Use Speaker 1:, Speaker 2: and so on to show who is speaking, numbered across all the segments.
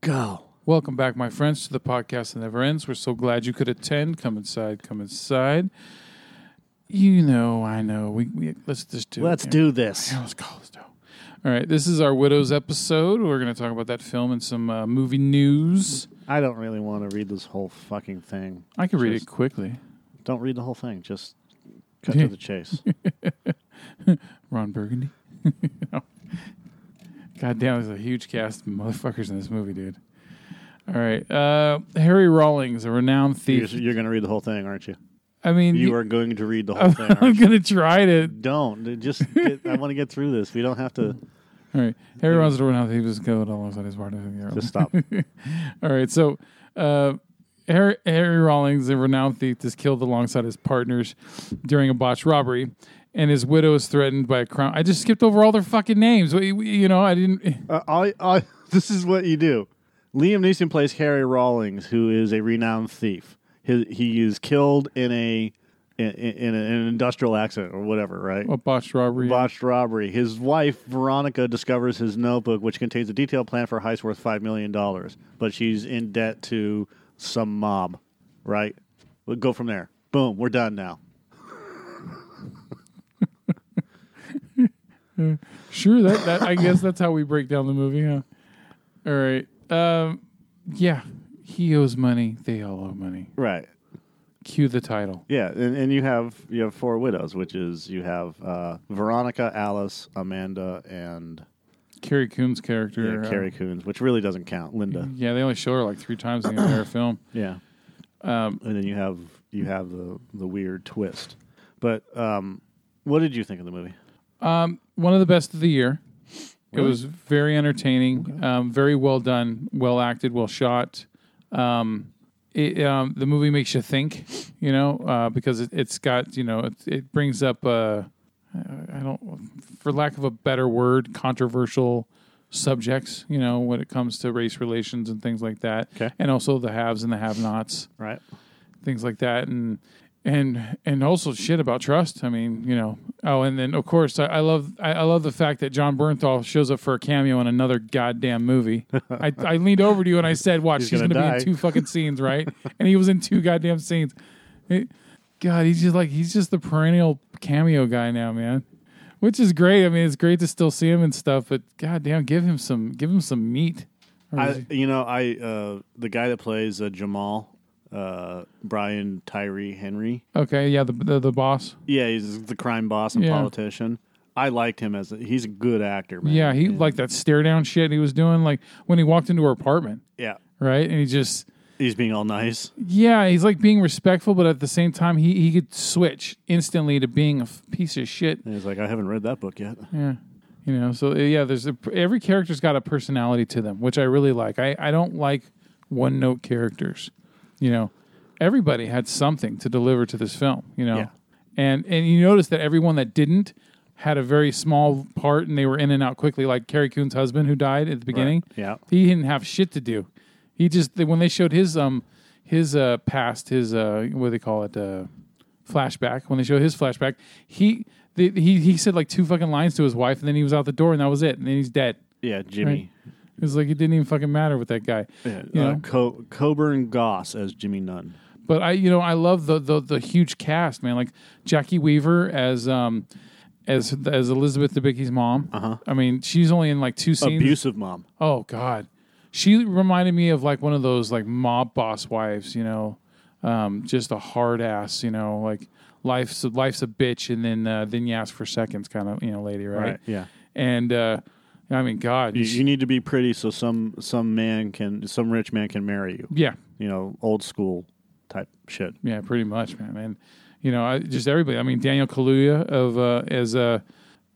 Speaker 1: go.
Speaker 2: Welcome back, my friends, to the podcast that never ends. We're so glad you could attend. Come inside, come inside. You know, I know. We, we let's just do.
Speaker 1: Let's
Speaker 2: it.
Speaker 1: do this.
Speaker 2: Yeah, let's go. Let's go. All right, this is our widows episode. We're going to talk about that film and some uh, movie news.
Speaker 1: I don't really want to read this whole fucking thing.
Speaker 2: I can read it
Speaker 1: Just-
Speaker 2: quickly.
Speaker 1: Don't read the whole thing. Just cut to the chase.
Speaker 2: Ron Burgundy. No. God damn, there's a huge cast of motherfuckers in this movie, dude. All right, uh, Harry Rawlings, a renowned
Speaker 1: You're,
Speaker 2: thief.
Speaker 1: you're going to read the whole thing, aren't you?
Speaker 2: I mean,
Speaker 1: You
Speaker 2: y-
Speaker 1: are going to read the whole thing.
Speaker 2: I'm
Speaker 1: Aren't you?
Speaker 2: going to try to
Speaker 1: Don't Dude, just. Get, I want to get through this. We don't have to.
Speaker 2: All right. Harry Ron's doing how he was killed alongside his partner. in the
Speaker 1: Just
Speaker 2: Ireland.
Speaker 1: stop.
Speaker 2: All right. So, uh, Harry, Harry Rawlings, a renowned thief, is killed alongside his partners during a botched robbery, and his widow is threatened by a crown. I just skipped over all their fucking names. We- we- You know, I didn't.
Speaker 1: Uh, I, I, this is what you do. Liam Neeson plays Harry Rawlings, who is a renowned thief. His, he is killed in a in, in, in an industrial accident or whatever, right?
Speaker 2: A botched robbery.
Speaker 1: Botched robbery. His wife Veronica discovers his notebook, which contains a detailed plan for a heist worth five million dollars. But she's in debt to some mob, right? We'll go from there. Boom, we're done now.
Speaker 2: Sure. That, that I guess that's how we break down the movie, huh? All right. Um, yeah. He owes money. They all owe money.
Speaker 1: Right.
Speaker 2: Cue the title.
Speaker 1: Yeah, and, and you have you have four widows, which is you have uh, Veronica, Alice, Amanda, and
Speaker 2: Carrie Coon's
Speaker 1: yeah,
Speaker 2: character. uh,
Speaker 1: Carrie Coons, which really doesn't count. Linda.
Speaker 2: Yeah, they only show her like three times in the entire film.
Speaker 1: Yeah. Um, and then you have you have the the weird twist. But um, what did you think of the movie?
Speaker 2: Um, One of the best of the year. It was very entertaining, um, very well done, well acted, well shot. Um, it, um, the movie makes you think, you know, uh, because it, it's got, you know, it, it brings up, uh, I I don't, for lack of a better word, controversial subjects, you know, when it comes to race relations and things like that.
Speaker 1: Okay.
Speaker 2: And also the haves and the have nots.
Speaker 1: Right.
Speaker 2: things like that and and and also shit about trust i mean you know oh and then of course i, I love I, I love the fact that john bernthal shows up for a cameo in another goddamn movie I, I leaned over to you and i said watch
Speaker 1: He's
Speaker 2: he's,
Speaker 1: gonna
Speaker 2: gonna,
Speaker 1: die."
Speaker 2: be in two fucking scenes right and he was in two goddamn scenes It- god he's just like he's just the perennial cameo guy now man which is great i mean it's great to still see him and stuff but goddamn give him some give him some meat Or is
Speaker 1: I
Speaker 2: he-
Speaker 1: you know I uh, the guy that plays uh, Jamal uh, Brian Tyree Henry.
Speaker 2: okay yeah the, the the boss
Speaker 1: Yeah, he's the crime boss and
Speaker 2: Yeah.
Speaker 1: politician. I liked him as a, he's a good actor, man.
Speaker 2: Yeah, he like that stare down shit he was doing like when he walked into her apartment,
Speaker 1: yeah.
Speaker 2: right? And he just
Speaker 1: He's being all nice.
Speaker 2: yeah, he's like being respectful, but at the same time he he could switch instantly to being a f- piece of shit.
Speaker 1: And he's like, I haven't read that book yet.
Speaker 2: Yeah. You know, so eh, yeah, there's a, every character's got a personality to them, which I really like. I I don't like one note characters. You know, everybody had something to deliver to this film, you know.
Speaker 1: Yeah.
Speaker 2: And and you notice that everyone that didn't had a very small part and they were in and out quickly like Carrie Coon's husband who died at the beginning.
Speaker 1: Yeah.
Speaker 2: He didn't have shit to do. He just they- when they showed his um his uh past his uh what do they call it uh flashback when they showed his flashback he the, he he said like two fucking lines to his wife and then he was out the door and that was it and then he's dead.
Speaker 1: Yeah, Jimmy.
Speaker 2: It was like it didn't even fucking matter with that guy.
Speaker 1: Yeah,
Speaker 2: You
Speaker 1: uh,
Speaker 2: know?
Speaker 1: Co- Coburn Goss as Jimmy Nunn.
Speaker 2: But I, you know, I love the the, the huge cast, man. Like Jackie Weaver as um as as Elizabeth Debicki's mom. Uh-huh. I mean, she's only in like two scenes.
Speaker 1: Abusive mom.
Speaker 2: Oh God, she reminded me of like one of those like mob boss wives, you know, um, just a hard ass, you know, like life's life's a bitch, and then uh, then you ask for seconds, kind of you know, lady, right?
Speaker 1: Right, yeah.
Speaker 2: And uh, I mean, God,
Speaker 1: You, you need to be pretty so some some man can some rich man can marry you.
Speaker 2: yeah,
Speaker 1: You know, old school type shit.
Speaker 2: Yeah, pretty much, man. And you know, I, just everybody. I mean, Daniel Kaluuya of uh, as uh,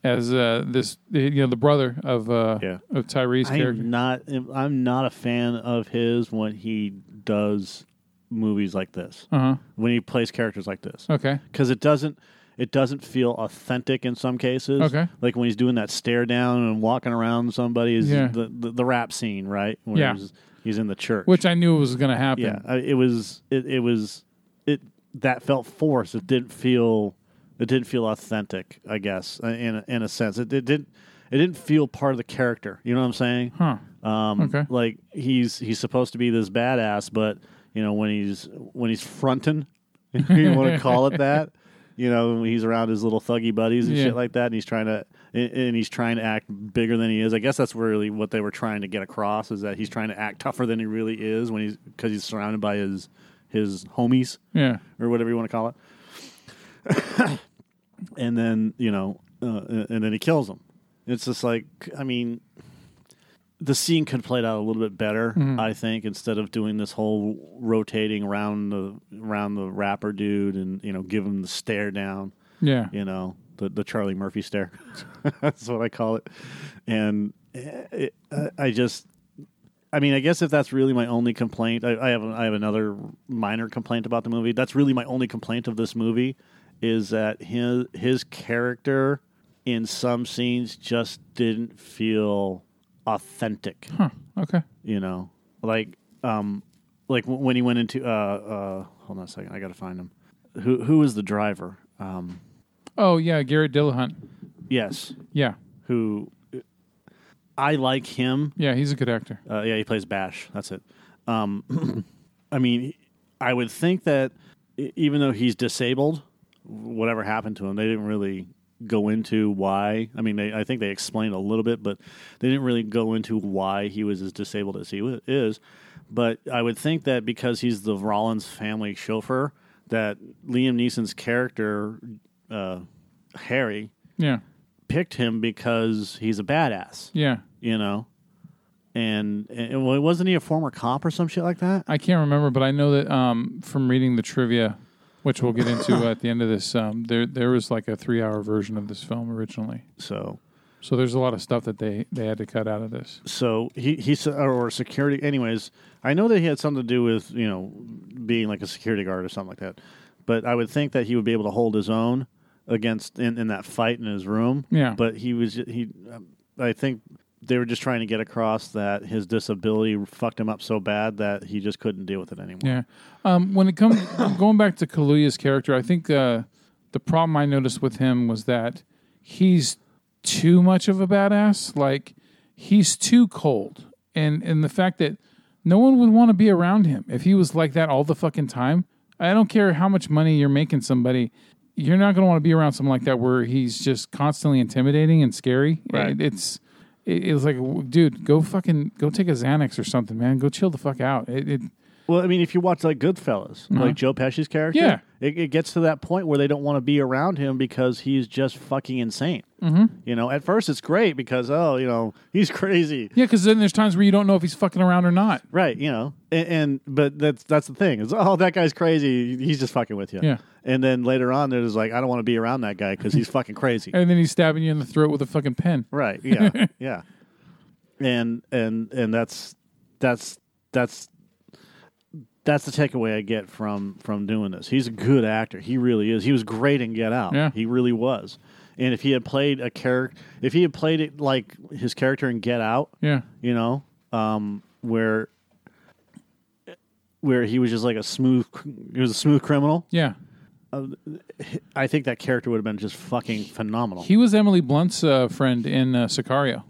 Speaker 2: as uh, this you know the brother of uh,
Speaker 1: Yeah.
Speaker 2: of Tyrese character.
Speaker 1: I'm not I'm not a fan of his when he does movies like this.
Speaker 2: Uh huh.
Speaker 1: When he plays characters like this.
Speaker 2: Okay.
Speaker 1: because it doesn't it doesn't feel authentic in some cases.
Speaker 2: Okay.
Speaker 1: like when he's doing that stare down and walking around somebody is
Speaker 2: Yeah.
Speaker 1: the, the the rap scene, right? Where
Speaker 2: Yeah.
Speaker 1: he's, he's in the church.
Speaker 2: Which I knew was going to happen.
Speaker 1: yeah, I- it was it, it was it that felt forced. It didn't feel it didn't feel authentic. I guess in a- in a sense, it, it didn't. it didn't feel part of the character. You know what I'm saying?
Speaker 2: Huh.
Speaker 1: Um,
Speaker 2: Okay.
Speaker 1: Like he's he's supposed to be this badass, but you know when he's when he's fronting, if you want to call it that. You know when he's around his little thuggy buddies and
Speaker 2: Yeah.
Speaker 1: shit like that, and he's trying to and- and he's trying to act bigger than he is. I guess that's really what they were trying to get across is that he's trying to act tougher than he really is when he's because he's surrounded by his his homies
Speaker 2: Yeah.
Speaker 1: or whatever you want to call it. and then you know, uh, and then he kills him. It's just like I mean, the scene could have played out a little bit better, I think, instead of doing this whole rotating around the around the rapper dude and you know give him the stare down,
Speaker 2: Yeah.
Speaker 1: you know, the the Charlie Murphy stare. that's what I call it. And eh, it, I- I just. I mean, I guess if that's really my only complaint, I, I have I have another minor complaint about the movie. That's really my only complaint of this movie is that his his character in some scenes just didn't feel authentic.
Speaker 2: Huh. Okay.
Speaker 1: You know, like um, like w- when he went into uh uh hold on a second, I gotta find him. Who who is the driver? Um,
Speaker 2: Oh yeah, Garrett Dillahunt.
Speaker 1: yes,
Speaker 2: Yeah.
Speaker 1: who I like him.
Speaker 2: Yeah, he's a good actor.
Speaker 1: Uh, yeah, he plays Bash. That's it. Um, I mean, I would think that e- even though he's disabled, whatever happened to him, they didn't really go into why. I mean, they, I think they explained a little bit, but they didn't really go into why he was as disabled as he wa- is. But I would think that because he's the Rollins family chauffeur, that Liam Neeson's character, uh, Harry,
Speaker 2: Yeah.
Speaker 1: picked him because he's a badass
Speaker 2: Yeah.
Speaker 1: you know. And, and well, wasn't he a former cop or some shit like that?
Speaker 2: I can't remember, but I know that um, from reading the trivia, which we'll get into at the end of this, um, there there was like a three hour version of this film originally.
Speaker 1: So,
Speaker 2: So there's a lot of stuff that they, they had to cut out of this.
Speaker 1: so he he s- or security. Anyways, I know that he had something to do with you know being like a security guard or something like that. But I would think that he would be able to hold his own against in, in that fight in his room.
Speaker 2: Yeah.
Speaker 1: But he was he. um, I think they were just trying to get across that his disability fucked him up so bad that he just couldn't deal with it anymore.
Speaker 2: Yeah. Um, when it comes going back to Kaluuya's character, I think uh, the problem I noticed with him was that he's too much of a badass. Like he's too cold, and and the fact that no one would want to be around him if he was like that all the fucking time. I don't care how much money you're making somebody. You're not going to want to be around someone like that where he's just constantly intimidating and scary.
Speaker 1: Right.
Speaker 2: It- it's it, it was like, w- dude, go fucking go take a Xanax or something, man. Go chill the fuck out. It, it
Speaker 1: Well, I mean, if you watch like Goodfellas, like Joe Pesci's character,
Speaker 2: Uh-huh. Yeah.
Speaker 1: it, it gets to that point where they don't want to be around him because he's just fucking insane.
Speaker 2: Mm-hmm.
Speaker 1: You know, at first it's great because oh, you know, he's crazy,
Speaker 2: Yeah, because then there's times where you don't know if he's fucking around or not.
Speaker 1: right? You know, and, and but that's that's the thing is oh, that guy's crazy. He's just fucking with you.
Speaker 2: Yeah.
Speaker 1: And then later on, they're just like, I don't want to be around that guy because he's fucking crazy.
Speaker 2: And then he's stabbing you in the throat with a fucking pen.
Speaker 1: Right. Yeah. yeah. And and and that's that's that's that's the takeaway I get from from doing this. He's a good actor. He really is. He was great in Get Out.
Speaker 2: Yeah.
Speaker 1: He really was. And if he had played a character, if he had played it like his character in Get Out,
Speaker 2: Yeah.
Speaker 1: you know, um, where where he was just like a smooth, he was a smooth criminal.
Speaker 2: Yeah.
Speaker 1: I think that character would have been just fucking phenomenal.
Speaker 2: He was Emily Blunt's uh, friend in uh, Sicario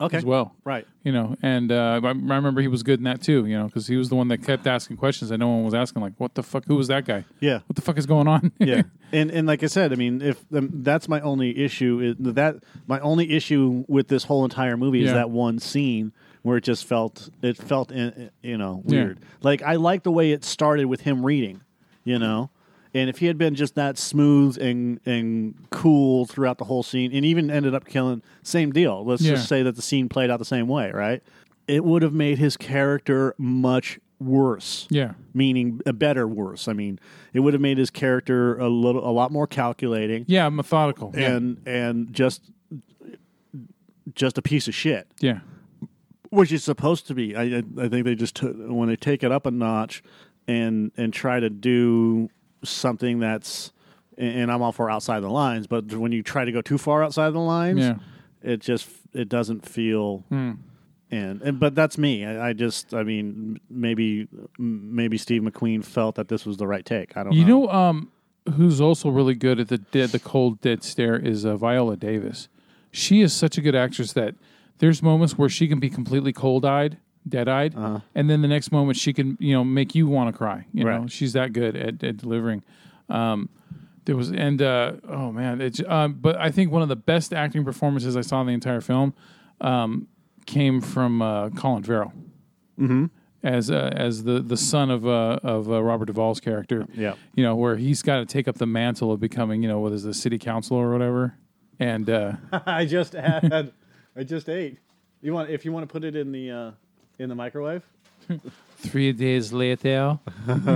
Speaker 1: okay,
Speaker 2: as well.
Speaker 1: right?
Speaker 2: You know, and uh, I I remember he was good in that too, you know, because he was the one that kept asking questions that no one was asking, like, what the fuck? Who was that guy?
Speaker 1: Yeah.
Speaker 2: What the fuck is going on?
Speaker 1: yeah and and like i said i mean if um, that's my only issue is that my only issue with this whole entire movie is
Speaker 2: Yeah.
Speaker 1: that one scene where it just felt it felt in, you know
Speaker 2: Yeah.
Speaker 1: weird like i like the way it started with him reading you know and if he had been just that smooth and and cool throughout the whole scene and even ended up killing same deal let's
Speaker 2: Yeah.
Speaker 1: just say that the scene played out the same way right it would have made his character much worse
Speaker 2: yeah.
Speaker 1: meaning a better worse i mean it would have made his character a little a lot more calculating
Speaker 2: Yeah, methodical. Yeah.
Speaker 1: and and just just a piece of shit
Speaker 2: yeah.
Speaker 1: which is supposed to be i i, I think they just took when they take it up a notch and and try to do something that's and and i'm all for outside the lines but when you try to go too far outside the lines
Speaker 2: Yeah. Hmm.
Speaker 1: it just it doesn't feel and, and but that's me. I, I just I mean m- maybe m- maybe Steve McQueen felt that this was the right take. I don't
Speaker 2: You
Speaker 1: know.
Speaker 2: know, um, who's also really good at the dead, the cold dead stare is uh, Viola Davis. she is such a good actress that there's moments where she can be completely cold eyed, dead eyed, and then the next moment she can you know make you want to cry. You know,
Speaker 1: Right.
Speaker 2: she's that good at, at delivering. Um, there was and uh, oh man, it's um, but I think one of the best acting performances I saw in the entire film um, came from uh, Colin Farrell as uh, as the the son of uh, of uh, Robert Duvall's character.
Speaker 1: Yeah.
Speaker 2: you know where he's got to take up the mantle of becoming you know what is the city councilor or whatever. And uh,
Speaker 1: I just had. I just ate. You want if you want to put it in the uh, in the microwave?
Speaker 2: three days later,
Speaker 1: Hold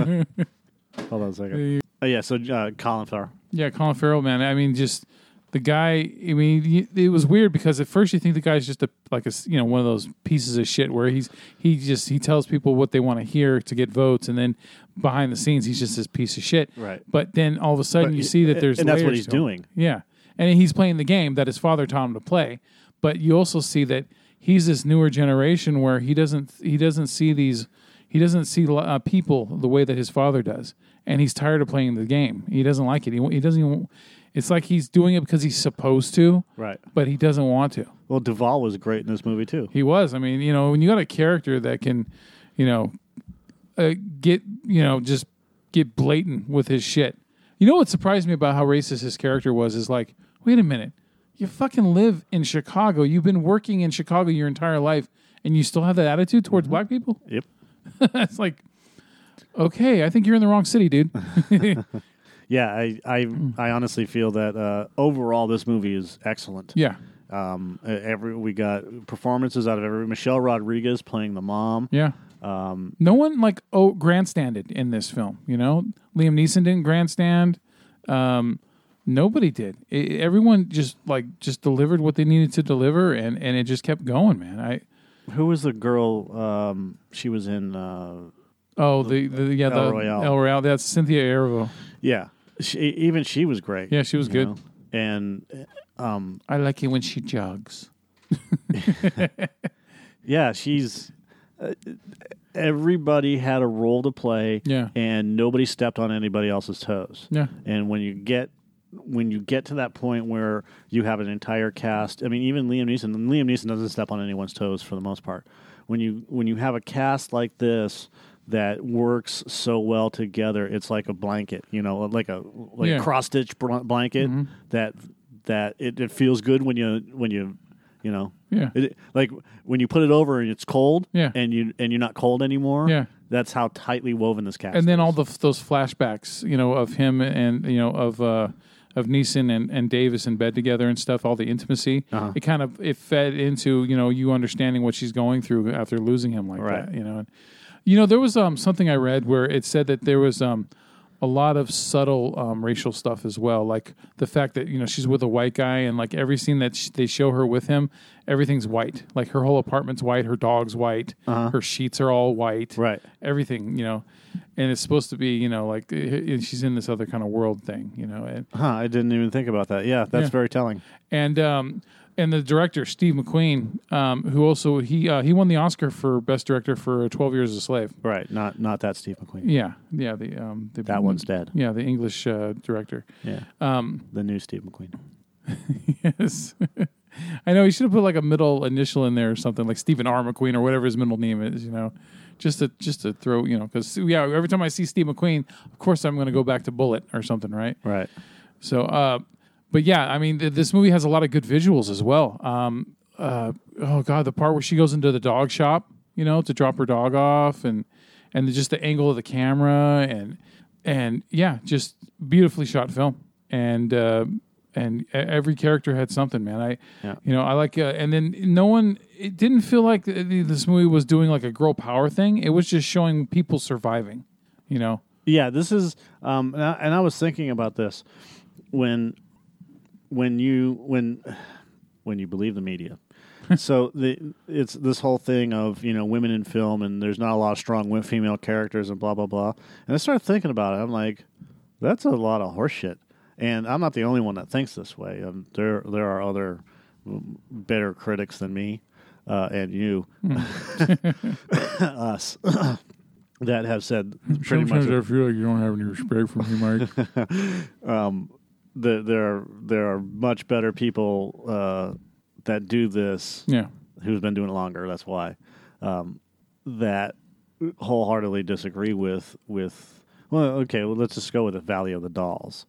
Speaker 1: on a second. Oh yeah, so uh, Colin Farrell.
Speaker 2: yeah, Colin Farrell, man. I mean, just the guy. I mean, he- it was weird because at first you think the guy's just a like a s- you know one of those pieces of shit where he's he just he tells people what they want to hear to get votes, and then behind the scenes he's just this piece of shit.
Speaker 1: Right.
Speaker 2: But then all of a sudden you
Speaker 1: he-
Speaker 2: see that there's
Speaker 1: and that's what
Speaker 2: layers
Speaker 1: he's
Speaker 2: to him.
Speaker 1: doing.
Speaker 2: Yeah. And he's playing the game that his father taught him to play. But you also see that he's this newer generation where he doesn't he doesn't see these he doesn't see uh, people the way that his father does, and he's tired of playing the game. He doesn't like it. He, he doesn't. Even, it's like he's doing it because he's supposed to,
Speaker 1: Right.
Speaker 2: but he doesn't want to.
Speaker 1: Well, Duvall was great in this movie too.
Speaker 2: He was. I mean, you know, when you got a character that can, you know, uh, get you know just get blatant with his shit. You know what surprised me about how racist his character was is like, wait a minute, you fucking live in Chicago. You've been working in Chicago your entire life, and you still have that attitude towards black people.
Speaker 1: Yep.
Speaker 2: That's like, okay, I think you're in the wrong city, dude.
Speaker 1: Yeah, I I,
Speaker 2: Mm.
Speaker 1: I honestly feel that uh, overall this movie is excellent.
Speaker 2: yeah,
Speaker 1: Um, uh, every we got performances out of every Michelle Rodriguez playing the mom.
Speaker 2: yeah.
Speaker 1: Um,
Speaker 2: No one like oh grandstanded in this film. You know, Liam Neeson didn't grandstand. Um, nobody did. I everyone just like just delivered what they needed to deliver, and and it just kept going, man. I
Speaker 1: who was the girl? Um, she was in. Uh,
Speaker 2: oh the, the yeah
Speaker 1: El
Speaker 2: the
Speaker 1: Royale.
Speaker 2: El Royale. That's Cynthia Erivo.
Speaker 1: yeah, she, even she was great.
Speaker 2: Yeah, she was
Speaker 1: you
Speaker 2: good.
Speaker 1: know? And um,
Speaker 2: I like it when she jogs.
Speaker 1: yeah, she's. Uh, everybody had a role to play.
Speaker 2: Yeah.
Speaker 1: and nobody stepped on anybody else's toes.
Speaker 2: Yeah.
Speaker 1: And when you get when you get to that point where you have an entire cast, I mean, even Liam Neeson, Liam Neeson doesn't step on anyone's toes for the most part. When you when you have a cast like this that works so well together, it's like a blanket, you know, like a like
Speaker 2: Yeah.
Speaker 1: a cross stitch bl- blanket that that it, it feels good when you when you you know
Speaker 2: Yeah.
Speaker 1: It- like when you put it over and it's cold
Speaker 2: Yeah.
Speaker 1: and you and you're not cold anymore
Speaker 2: Yeah.
Speaker 1: that's how tightly woven this cast
Speaker 2: and then
Speaker 1: is.
Speaker 2: all the those flashbacks, you know, of him and you know of uh, of Neeson and, and Davis in bed together and stuff. All the intimacy,
Speaker 1: Uh-huh.
Speaker 2: it kind of it fed into you know you understanding what she's going through after losing him like
Speaker 1: Right.
Speaker 2: that. You know, and, you know there was um, something I read where it said that there was um, a lot of subtle um, racial stuff as well, like the fact that you know she's with a white guy and like every scene that sh- they show her with him, everything's white. Like her whole apartment's white, her dog's white,
Speaker 1: Uh-huh.
Speaker 2: her sheets are all white,
Speaker 1: Right.
Speaker 2: everything, you know, and it's supposed to be, you know, like eh, eh, she's in this other kind of world thing, you know, and
Speaker 1: Huh, I didn't even think about that. Yeah, that's
Speaker 2: Yeah.
Speaker 1: very telling.
Speaker 2: and um, and the director Steve McQueen, um, who also he uh, he won the Oscar for best director for Twelve Years a Slave.
Speaker 1: Right, not not that Steve McQueen.
Speaker 2: Yeah, yeah, the um, the,
Speaker 1: That one's dead.
Speaker 2: yeah the English uh, director.
Speaker 1: Yeah,
Speaker 2: Um,
Speaker 1: the new Steve McQueen.
Speaker 2: yes. I know he should have put like a middle initial in there or something, like Stephen R. McQueen or whatever his middle name is, you know, just to just to throw, you know, because yeah, every time I see Steve McQueen, of course I'm going to go back to Bullet or something, right?
Speaker 1: Right.
Speaker 2: So, uh, but yeah, I mean, th- this movie has a lot of good visuals as well. Um, uh, oh god, the part where she goes into the dog shop, you know, to drop her dog off, and and just the angle of the camera, and and yeah, just beautifully shot film, and uh, and e- every character had something, man. I,
Speaker 1: Yeah.
Speaker 2: you know, I like, uh, and then no one, it didn't feel like th- th- this movie was doing like a girl power thing. It was just showing people surviving, you know.
Speaker 1: Yeah, this is. Um, and, I, and I was thinking about this when when you when when you believe the media. so the it's this whole thing of you know women in film and there's not a lot of strong wo- female characters and blah blah blah. And I started thinking about it. I'm like, that's a lot of horseshit. And I'm not the only one that thinks this way. Um, there there are other mm, better critics than me uh, and you, us. That have said pretty much
Speaker 2: I feel like you don't have any respect for me, Mike.
Speaker 1: the, there are, there are much better people uh, that do this,
Speaker 2: Yeah.
Speaker 1: who's been doing it longer, that's why, um, that wholeheartedly disagree with, with, well, okay, well, let's just go with the Valley of the Dolls,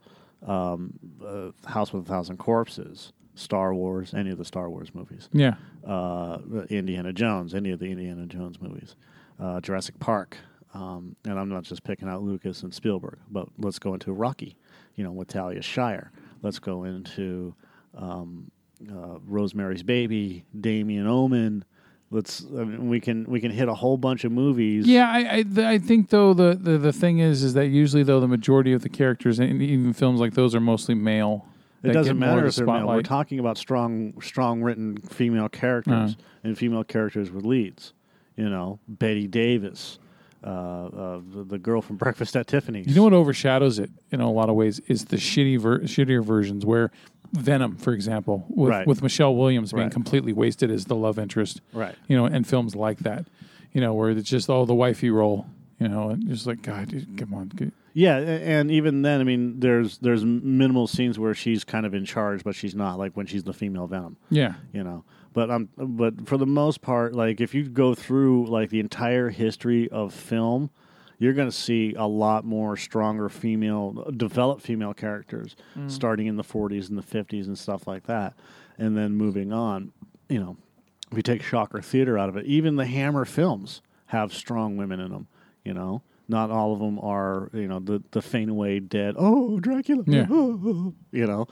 Speaker 1: um, uh, House with a Thousand Corpses, Star Wars, any of the Star Wars movies
Speaker 2: Yeah.
Speaker 1: uh, Indiana Jones, any of the Indiana Jones movies, uh, Jurassic Park, um, and I'm not just picking out Lucas and Spielberg, but let's go into Rocky, you know, with Talia Shire. Let's go into um, uh, Rosemary's Baby, Damien Omen. Let's I mean, we can we can hit a whole bunch of movies.
Speaker 2: Yeah, I I, th- I think though the, the the thing is is that usually though the majority of the characters in even films like those are mostly male.
Speaker 1: It
Speaker 2: that
Speaker 1: doesn't
Speaker 2: get more of
Speaker 1: matter
Speaker 2: the
Speaker 1: if they're male. We're
Speaker 2: spotlight.
Speaker 1: talking about strong, strong written female characters
Speaker 2: Uh.
Speaker 1: and female characters with leads. You know, Betty Davis, uh, uh, the, the girl from Breakfast at Tiffany's.
Speaker 2: You know what overshadows it in a lot of ways is the shitty ver- shittier versions where Venom, for example, with,
Speaker 1: Right.
Speaker 2: with Michelle Williams being
Speaker 1: Right.
Speaker 2: completely wasted as the love interest,
Speaker 1: Right.
Speaker 2: You know, and films like that, you know, where it's just all the wifey role, you know, and just like God, dude, come on, dude.
Speaker 1: Yeah, a- and even then, I mean, there's there's minimal scenes where she's kind of in charge, but she's not like when she's the female Venom.
Speaker 2: yeah,
Speaker 1: you know. But um, but for the most part, like if you go through like the entire history of film, you're going to see a lot more stronger female, developed female characters, starting in the 40s and the 50s and stuff like that, and then moving on. You know, if you take Shocker Theater out of it, even the Hammer films have strong women in them. You know, not all of them are you know the the faint away dead. Oh, Dracula.
Speaker 2: Yeah.
Speaker 1: you know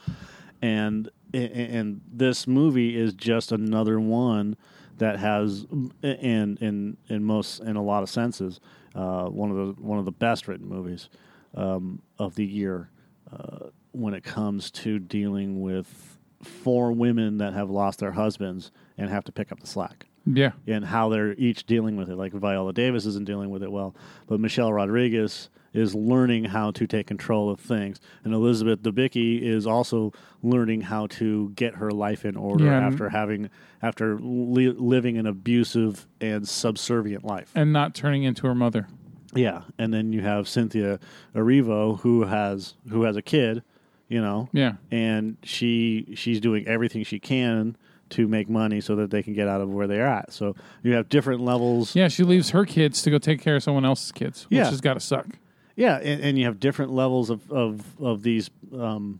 Speaker 1: and and this movie is just another one that has in in in most in a lot of senses uh, one of the one of the best written movies um, of the year uh, when it comes to dealing with four women that have lost their husbands and have to pick up the slack
Speaker 2: yeah,
Speaker 1: and how they're each dealing with it. Like Viola Davis isn't dealing with it well, but Michelle Rodriguez is learning how to take control of things, and Elizabeth Debicki is also learning how to get her life in order
Speaker 2: Yeah, and-
Speaker 1: after having after li- living an abusive and subservient life.
Speaker 2: and not turning into her mother.
Speaker 1: yeah, and then you have Cynthia Erivo who has who has a kid, you know,
Speaker 2: Yeah,
Speaker 1: and she she's doing everything she can to make money so that they can get out of where they're at. So you have different levels.
Speaker 2: yeah, she leaves her kids to go take care of someone else's kids, which
Speaker 1: Yeah.
Speaker 2: has got to suck.
Speaker 1: Yeah, and, and you have different levels of of of these um,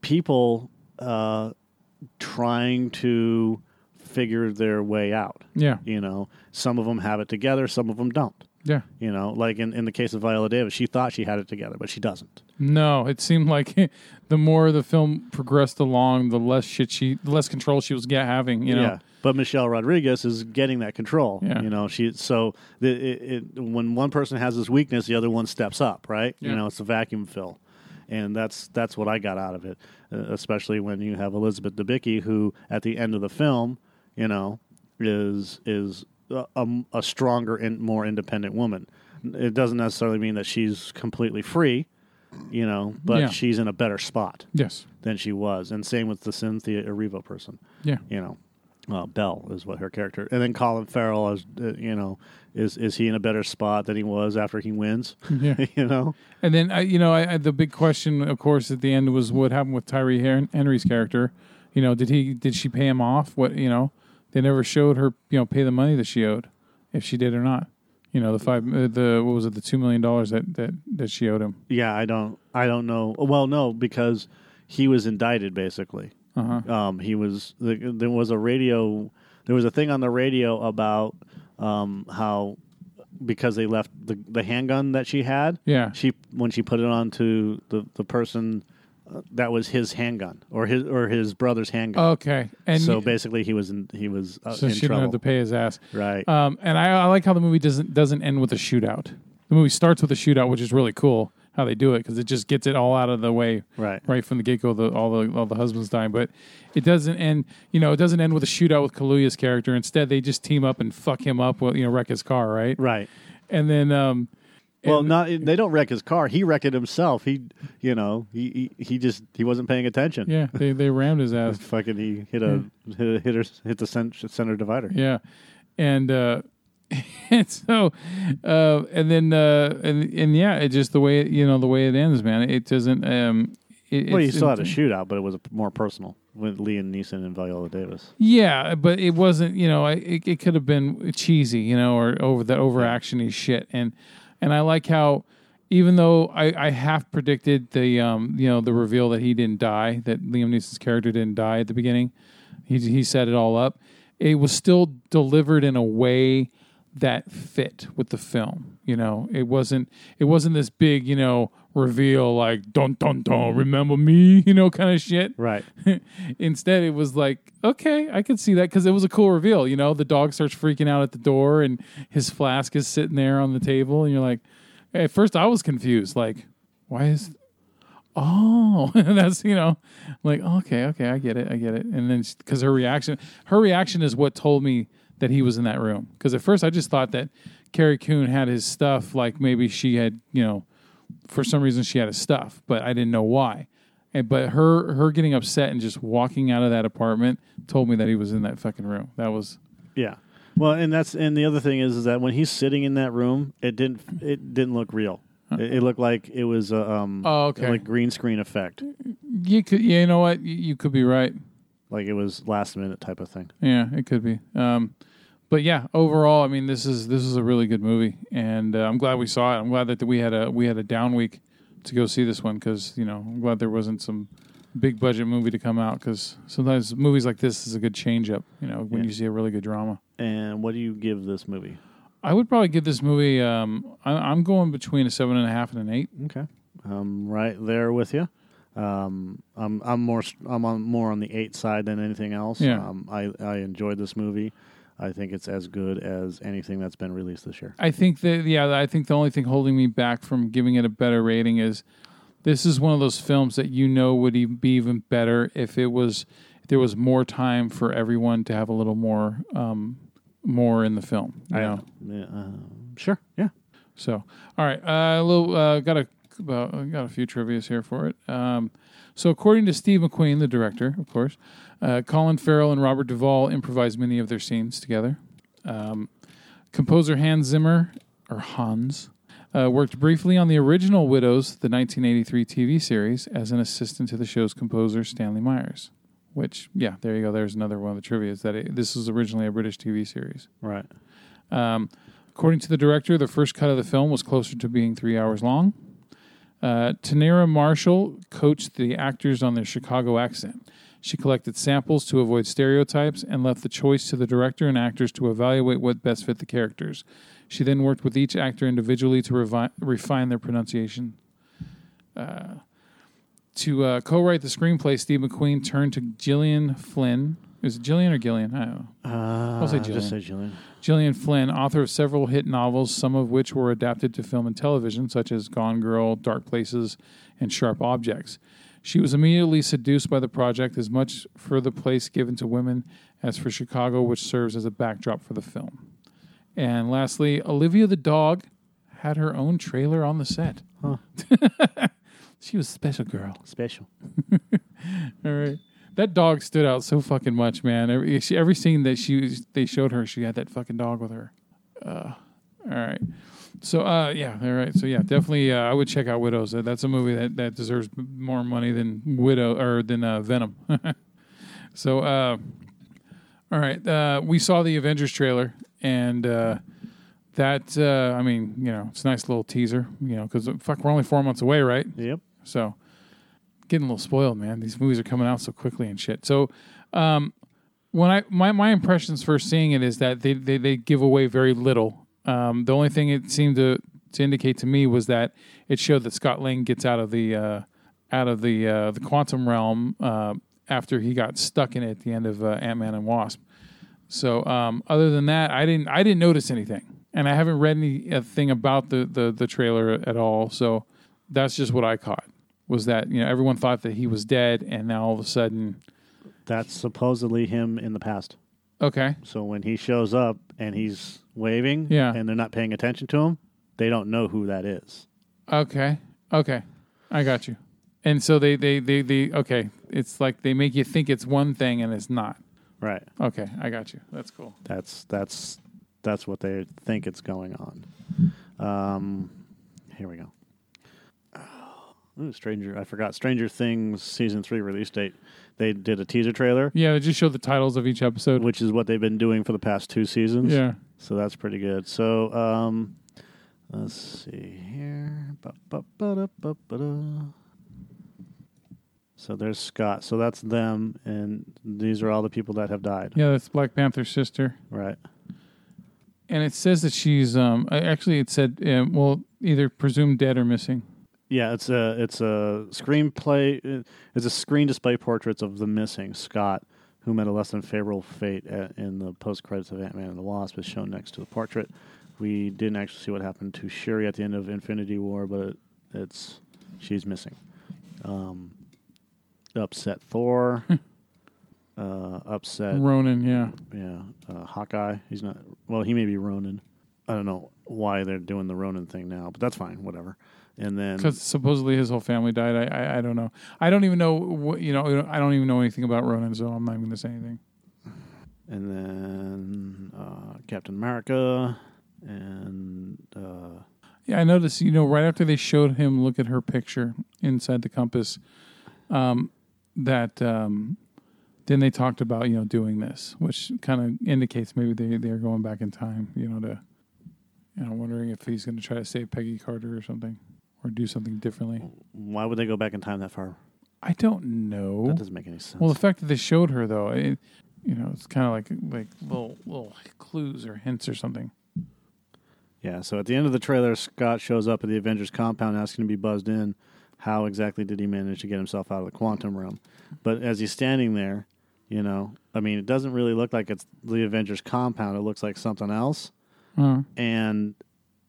Speaker 1: people uh, trying to figure their way out.
Speaker 2: Yeah,
Speaker 1: You know, some of them have it together, some of them don't.
Speaker 2: yeah.
Speaker 1: You know, like in, in the case of Viola Davis, she thought she had it together, but she doesn't.
Speaker 2: No, it seemed like the more the film progressed along, the less shit she, the less control she was get having. You know,
Speaker 1: Yeah. But Michelle Rodriguez is getting that control.
Speaker 2: Yeah.
Speaker 1: You know, she so the, it, it, when one person has this weakness, the other one steps up, right?
Speaker 2: Yeah.
Speaker 1: You know, it's a vacuum fill, and that's that's what I got out of it. Uh, especially when you have Elizabeth Debicki, who at the end of the film, you know, is is a, a- a stronger and more independent woman. It doesn't necessarily mean that she's completely free, you know, but
Speaker 2: Yeah.
Speaker 1: she's in a better spot
Speaker 2: Yes.
Speaker 1: than she was. And same with the Cynthia Erivo person
Speaker 2: Yeah.
Speaker 1: you know, uh, Bell is what her character, and then Colin Farrell is, uh, you know, is is he in a better spot than he was after he wins?
Speaker 2: Yeah.
Speaker 1: you know,
Speaker 2: And then I, you know, I, I, the big question, of course, at the end was what happened with Tyree Hen- Henry's character. You know, did he did she pay him off? What you know, they never showed her you know pay the money that she owed, if she did or not. You know, the five uh, the what was it the two million dollars that that that she owed him.
Speaker 1: yeah, I don't, I don't know. Well, no, because he was indicted basically.
Speaker 2: Uh huh.
Speaker 1: Um, he was the, there was a radio, there was a thing on the radio about um, how because they left the the handgun that she had,
Speaker 2: Yeah.
Speaker 1: she when she put it on to the the person. uh, That was his handgun, or his or his brother's handgun.
Speaker 2: Okay. And
Speaker 1: so basically, he was in he was uh,
Speaker 2: so
Speaker 1: in
Speaker 2: she didn't
Speaker 1: trouble,
Speaker 2: have to pay his ass.
Speaker 1: right?
Speaker 2: Um, and I, I like how the movie doesn't doesn't end with a shootout. The movie starts with a shootout, which is really cool how they do it because it just gets it all out of the way
Speaker 1: Right.
Speaker 2: right from the get go. The all the all the husbands dying, but it doesn't end. You know, it doesn't end with a shootout with Kaluuya's character. Instead, they just team up and fuck him up. Well, you know, wreck his car, right?
Speaker 1: right.
Speaker 2: And then, um,
Speaker 1: Well, not they don't wreck his car. He wrecked it himself. He, you know, he he, he just he wasn't paying attention.
Speaker 2: yeah, they they rammed his ass.
Speaker 1: Fucking, he hit a hit a, hit, a, hit the center, center divider.
Speaker 2: Yeah, and uh, and so uh, and then uh, and and yeah, it just the way it, you know the way it ends, man. It doesn't. Um, it,
Speaker 1: well,
Speaker 2: it's-
Speaker 1: you still had a
Speaker 2: it's-
Speaker 1: shootout, but it was a, more personal. with Lee and Neeson and Viola Davis.
Speaker 2: Yeah, but it wasn't. You know, I, it, it could have been cheesy. You know, or over the overactiony shit. And and I like how even though I, I half predicted the um you know the reveal that he didn't die, that Liam Neeson's character didn't die at the beginning, he he set it all up. It was still delivered in a way that fit with the film. You know, it wasn't it wasn't this big you know reveal like dun dun dun remember me you know kind of shit.
Speaker 1: Right.
Speaker 2: Instead, it was like, okay, I could see that because it was a cool reveal. You know, the dog starts freaking out at the door, and his flask is sitting there on the table, and you're like, at first I was confused, like, why is, oh, that's you know, like okay, okay, I get it, I get it, and then because her reaction, her reaction is what told me that he was in that room. Because at first I just thought that Carrie Coon had his stuff, like maybe she had, you know, for some reason she had his stuff, but I didn't know why. And, but her her getting upset and just walking out of that apartment told me that he was in that fucking room. That was
Speaker 1: Yeah. Well, and that's and the other thing is is that when he's sitting in that room, it didn't it didn't look real. It, it looked like it was a um
Speaker 2: Uh-huh. Oh, okay.
Speaker 1: like green screen effect,
Speaker 2: you could yeah, you know what you, you could be right.
Speaker 1: like it was last minute type of thing.
Speaker 2: Yeah, it could be. Um, but yeah, overall, I mean, this is this is a really good movie, and uh, I'm glad we saw it. I'm glad that we had a we had a down week to go see this one because you know I'm glad there wasn't some big budget movie to come out because sometimes movies like this is a good change up. You know, when
Speaker 1: Yeah.
Speaker 2: you see a really good drama.
Speaker 1: And what do you give this movie?
Speaker 2: I would probably give this movie. Um, I, I'm going between a seven and a half and an eight.
Speaker 1: Okay, I'm right there with you. Um, I'm I'm more s- I'm on more on the eight side than anything else.
Speaker 2: Yeah.
Speaker 1: Um, I I enjoyed this movie. I think it's as good as anything that's been released this year.
Speaker 2: I think that yeah, I think the only thing holding me back from giving it a better rating is this is one of those films that you know would e- be even better if it was if there was more time for everyone to have a little more um, more in the film. You know?
Speaker 1: Yeah, uh, sure. Yeah.
Speaker 2: So, all right, uh, a little uh, got a about- I got a few trivia's here for it. Um, so, according to Steve McQueen, the director, of course, uh, Colin Farrell and Robert Duvall improvised many of their scenes together. Um, composer Hans Zimmer or Hans uh, worked briefly on the original Widows, the 1983 TV series, as an assistant to the show's composer Stanley Myers. Which, yeah, there you go. There's another one of the trivia's that it, this was originally a British TV series.
Speaker 1: Right.
Speaker 2: Um, according to the director, the first cut of the film was closer to being three hours long. Uh, Tanera Marshall coached the actors on their Chicago accent. She collected samples to avoid stereotypes and left the choice to the director and actors to evaluate what best fit the characters. She then worked with each actor individually to revi- refine their pronunciation. Uh, to uh, co-write the screenplay, Steve McQueen turned to Gillian Flynn. Is it Gillian or Gillian? I don't know.
Speaker 1: Uh,
Speaker 2: say
Speaker 1: Just say Jillian.
Speaker 2: Gillian Flynn, author of several hit novels, some of which were adapted to film and television, such as Gone Girl, Dark Places, and Sharp Objects. She was immediately seduced by the project as much for the place given to women as for Chicago, which serves as a backdrop for the film. And lastly, Olivia the dog had her own trailer on the set.
Speaker 1: Huh.
Speaker 2: she was a special girl.
Speaker 1: Special.
Speaker 2: All right. That dog stood out so fucking much, man. Every, she, every scene that she was- they showed her, she had that fucking dog with her. Uh, all right. So uh, yeah, all right. So yeah, definitely, uh, I would check out Widows. That- That's a movie that, that deserves more money than Widow or than uh, Venom. so uh, all right, uh, we saw the Avengers trailer, and uh, that uh, I mean, you know, it's a nice little teaser, you know, because fuck, we're only four months away, right?
Speaker 1: Yep.
Speaker 2: So getting a little spoiled, man. These movies are coming out so quickly and shit. So um, when I my, my impressions first seeing it is that they, they, they give away very little. Um, the only thing it seemed to, to indicate to me was that it showed that Scott Lang gets out of the uh, out of the uh, the quantum realm uh, after he got stuck in it at the end of uh, Ant Man and Wasp. So um, other than that, I didn't I didn't notice anything, and I haven't read anything about the, the the trailer at all. So that's just what I caught was that you know everyone thought that he was dead, and now all of a sudden,
Speaker 1: That's supposedly him in the past.
Speaker 2: okay,
Speaker 1: So when he shows up and he's waving,
Speaker 2: Yeah.
Speaker 1: and they're not paying attention to him, they don't know who that is.
Speaker 2: okay, okay, I got you. And so they they they they okay, it's like they make you think it's one thing and it's not.
Speaker 1: Right.
Speaker 2: Okay, I got you. That's cool.
Speaker 1: That's that's that's what they think it's going on. Um, here we go. Ooh, Stranger, I forgot Stranger Things season three release date. They did a teaser trailer,
Speaker 2: Yeah, they just show the titles of each episode.
Speaker 1: which is what they've been doing for the past two seasons.
Speaker 2: Yeah.
Speaker 1: So that's pretty good. So um, let's see here. Ba, ba, ba, da, ba, ba, da. So there's Scott. So that's them, and these are all the people that have died.
Speaker 2: Yeah, that's Black Panther's sister.
Speaker 1: Right.
Speaker 2: And it says that she's um I- actually it said um, well either presumed dead or missing.
Speaker 1: Yeah, it's a it's a screenplay. It's a screen display portraits of the missing Scott, who met a less than favorable fate at, in the post credits of Ant Man and the Wasp, is shown next to the portrait. We didn't actually see what happened to Shuri at the end of Infinity War, but it, it's she's missing. Um, upset Thor. uh, upset
Speaker 2: Ronan, yeah.
Speaker 1: yeah, uh, Hawkeye. He's not. Well, he may be Ronin. I don't know why they're doing the Ronin thing now, but that's fine. Whatever. And then
Speaker 2: Because supposedly his whole family died. I, I I don't know. I don't even know what you know. I don't even know anything about Ronan, so I'm not even going to say anything.
Speaker 1: and then uh, Captain America, and uh,
Speaker 2: Yeah, I noticed. You know, right after they showed him look at her picture inside the compass, um, that um, then they talked about you know doing this, which kind of indicates maybe they they're going back in time. You know, to you know, wondering if he's going to try to save Peggy Carter or something, or do something differently.
Speaker 1: why would they go back in time that far?
Speaker 2: I don't know.
Speaker 1: That doesn't make any sense.
Speaker 2: Well, the fact that they showed her though, it, you know, it's kind of like like little little clues or hints or something.
Speaker 1: yeah. So at the end of the trailer, Scott shows up at the Avengers compound asking to be buzzed in. How exactly did he manage to get himself out of the quantum room? But as he's standing there, you know, I mean, it doesn't really look like it's the Avengers compound. It looks like something else. Uh-huh.
Speaker 2: Uh,
Speaker 1: and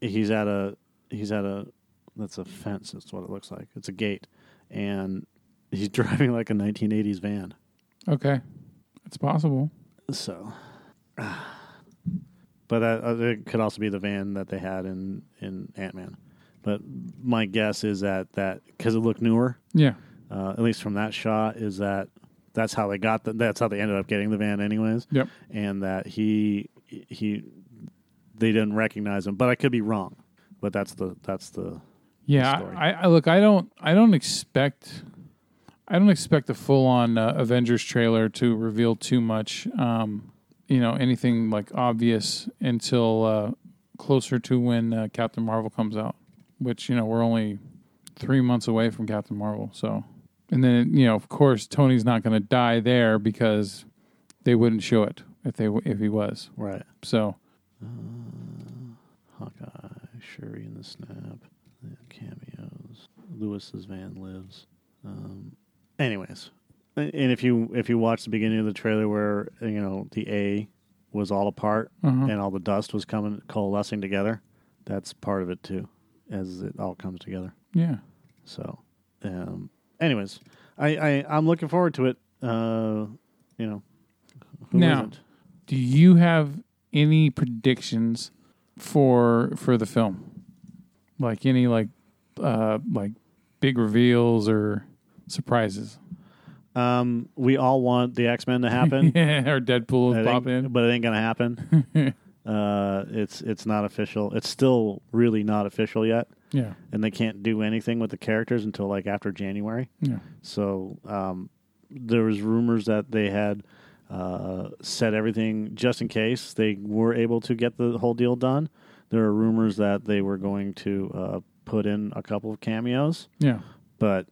Speaker 1: he's at a he's at a that's a fence that's what it looks like it's a gate and he's driving like a 1980s van
Speaker 2: okay, it's possible.
Speaker 1: so but that uh, it could also be the van that they had in in ant-man but my guess is that that because it looked newer
Speaker 2: Yeah.
Speaker 1: uh, at least from that shot is that that's how they got the, that's how they ended up getting the van anyways
Speaker 2: Yep.
Speaker 1: and that he he they didn't recognize him. But I could be wrong. But that's the that's the
Speaker 2: Yeah,
Speaker 1: story.
Speaker 2: I, I look. I don't. I don't expect. I don't expect a full-on uh, Avengers trailer to reveal too much. Um, you know, anything like obvious until uh, closer to when uh, Captain Marvel comes out, which you know we're only three months away from Captain Marvel. So, and then you know, of course, Tony's not going to die there because they wouldn't show it if they w- if he was.
Speaker 1: right.
Speaker 2: So,
Speaker 1: Hawkeye, Shuri in the snap, the cameos. Lewis's van lives. Um, anyways, and and if you if you watch the beginning of the trailer where you know the A was all apart
Speaker 2: uh
Speaker 1: and all the dust was coming coalescing together, that's part of it too, as it all comes together.
Speaker 2: yeah.
Speaker 1: So, um, anyways, I, I I'm looking forward to it. Uh, you know, who
Speaker 2: Now-
Speaker 1: isn't?
Speaker 2: Do you have any predictions for for the film? Like any like uh like big reveals or surprises?
Speaker 1: Um, we all want the X Men to happen,
Speaker 2: yeah, or Deadpool
Speaker 1: It
Speaker 2: will
Speaker 1: ain't-
Speaker 2: pop in.
Speaker 1: but it ain't gonna happen. uh, it's it's not official. It's still really not official yet,
Speaker 2: Yeah.
Speaker 1: and they can't do anything with the characters until like after January.
Speaker 2: Yeah.
Speaker 1: So um, there was rumors that they had uh, set everything just in case they were able to get the whole deal done. There are rumors that they were going to uh, put in a couple of cameos,
Speaker 2: Yeah.
Speaker 1: but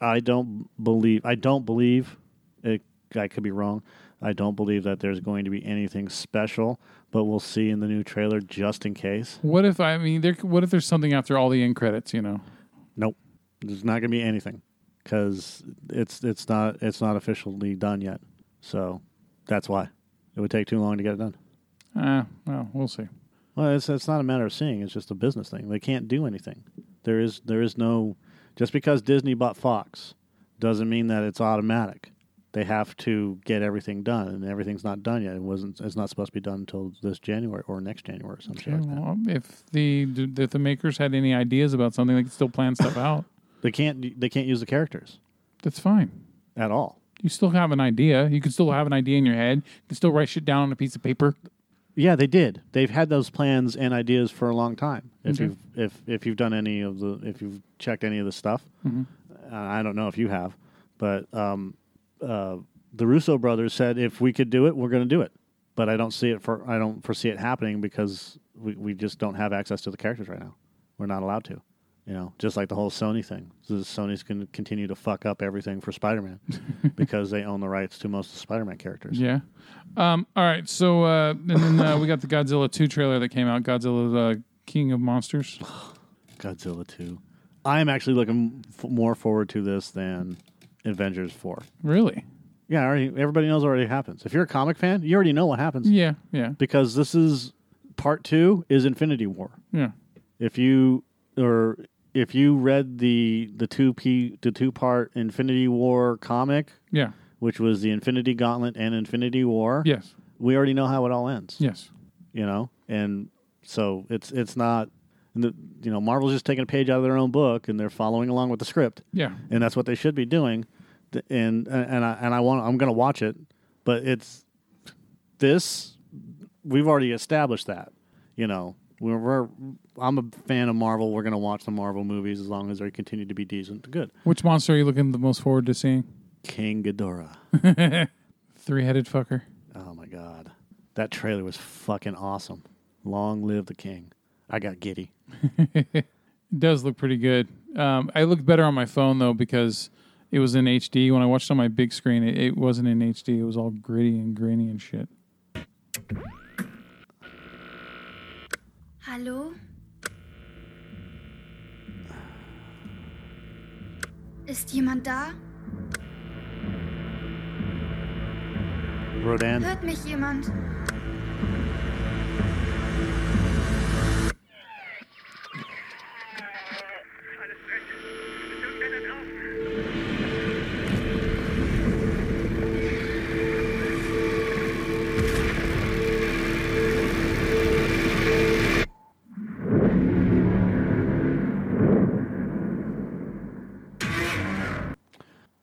Speaker 1: I don't believe. I don't believe. It, I could be wrong. I don't believe that there's going to be anything special, but we'll see in the new trailer just in case.
Speaker 2: What if I mean there what if there's something after all the end credits, you know?
Speaker 1: Nope, there's not going to be anything because it's it's not it's not officially done yet. So that's why it would take too long to get it done.
Speaker 2: Ah, well, we'll see.
Speaker 1: Well, it's it's not a matter of seeing; it's just a business thing. They can't do anything. There is there is no just because Disney bought Fox doesn't mean that it's automatic. They have to get everything done, and everything's not done yet. It wasn't. It's not supposed to be done until this January or next January or something
Speaker 2: Yeah,
Speaker 1: like that.
Speaker 2: well, if the if the makers had any ideas about something, they could still plan stuff out.
Speaker 1: They can't. They can't use the characters
Speaker 2: That's fine.
Speaker 1: at all.
Speaker 2: You still have an idea. You can still have an idea in your head. You can still write shit down on a piece of paper.
Speaker 1: Yeah, they did. They've had those plans and ideas for a long time. If you've if if you've done any of the if you've checked any of the stuff, uh, I don't know if you have, but um, uh, the Russo brothers said if we could do it, we're going to do it. But I don't see it for I don't foresee it happening because we, we just don't have access to the characters right now. We're not allowed to. You know, just like the whole Sony thing. So Sony's going to continue to fuck up everything for Spider-Man because they own the rights to most of the Spider-Man characters.
Speaker 2: Yeah. Um, all right. So uh, and then uh, we got the Godzilla 2 trailer that came out Godzilla the King of Monsters.
Speaker 1: Godzilla 2. I'm actually looking f- more forward to this than Avengers 4.
Speaker 2: Really?
Speaker 1: Yeah, I already, everybody knows already happens. If you're a comic fan, you already know what happens
Speaker 2: Yeah. Yeah.
Speaker 1: because this is part 2 is Infinity War.
Speaker 2: Yeah.
Speaker 1: If you or if you read the the 2p the two-part Infinity War comic,
Speaker 2: Yeah.
Speaker 1: which was the Infinity Gauntlet and Infinity War,
Speaker 2: Yes.
Speaker 1: we already know how it all ends
Speaker 2: Yes.
Speaker 1: you know and so it's it's not and the, you know marvel's just taking a page out of their own book and they're following along with the script
Speaker 2: Yeah.
Speaker 1: and that's what they should be doing Th- and and i and i want i'm going to watch it but it's this we've already established that you know we're, we're i'm a fan of marvel we're going to watch the marvel movies as long as they continue to be decent to good
Speaker 2: Which monster are you looking the most forward to seeing?
Speaker 1: king Ghidorah.
Speaker 2: Three headed fucker.
Speaker 1: oh my god that trailer was fucking awesome long live the king i got giddy
Speaker 2: It does look pretty good. Um, I looked better on my phone though because it was in HD. When I watched on my big screen, it, it wasn't in HD. It was all gritty and grainy and shit.
Speaker 3: Hallo? Ist jemand da?
Speaker 1: rodan
Speaker 3: Hört mich jemand?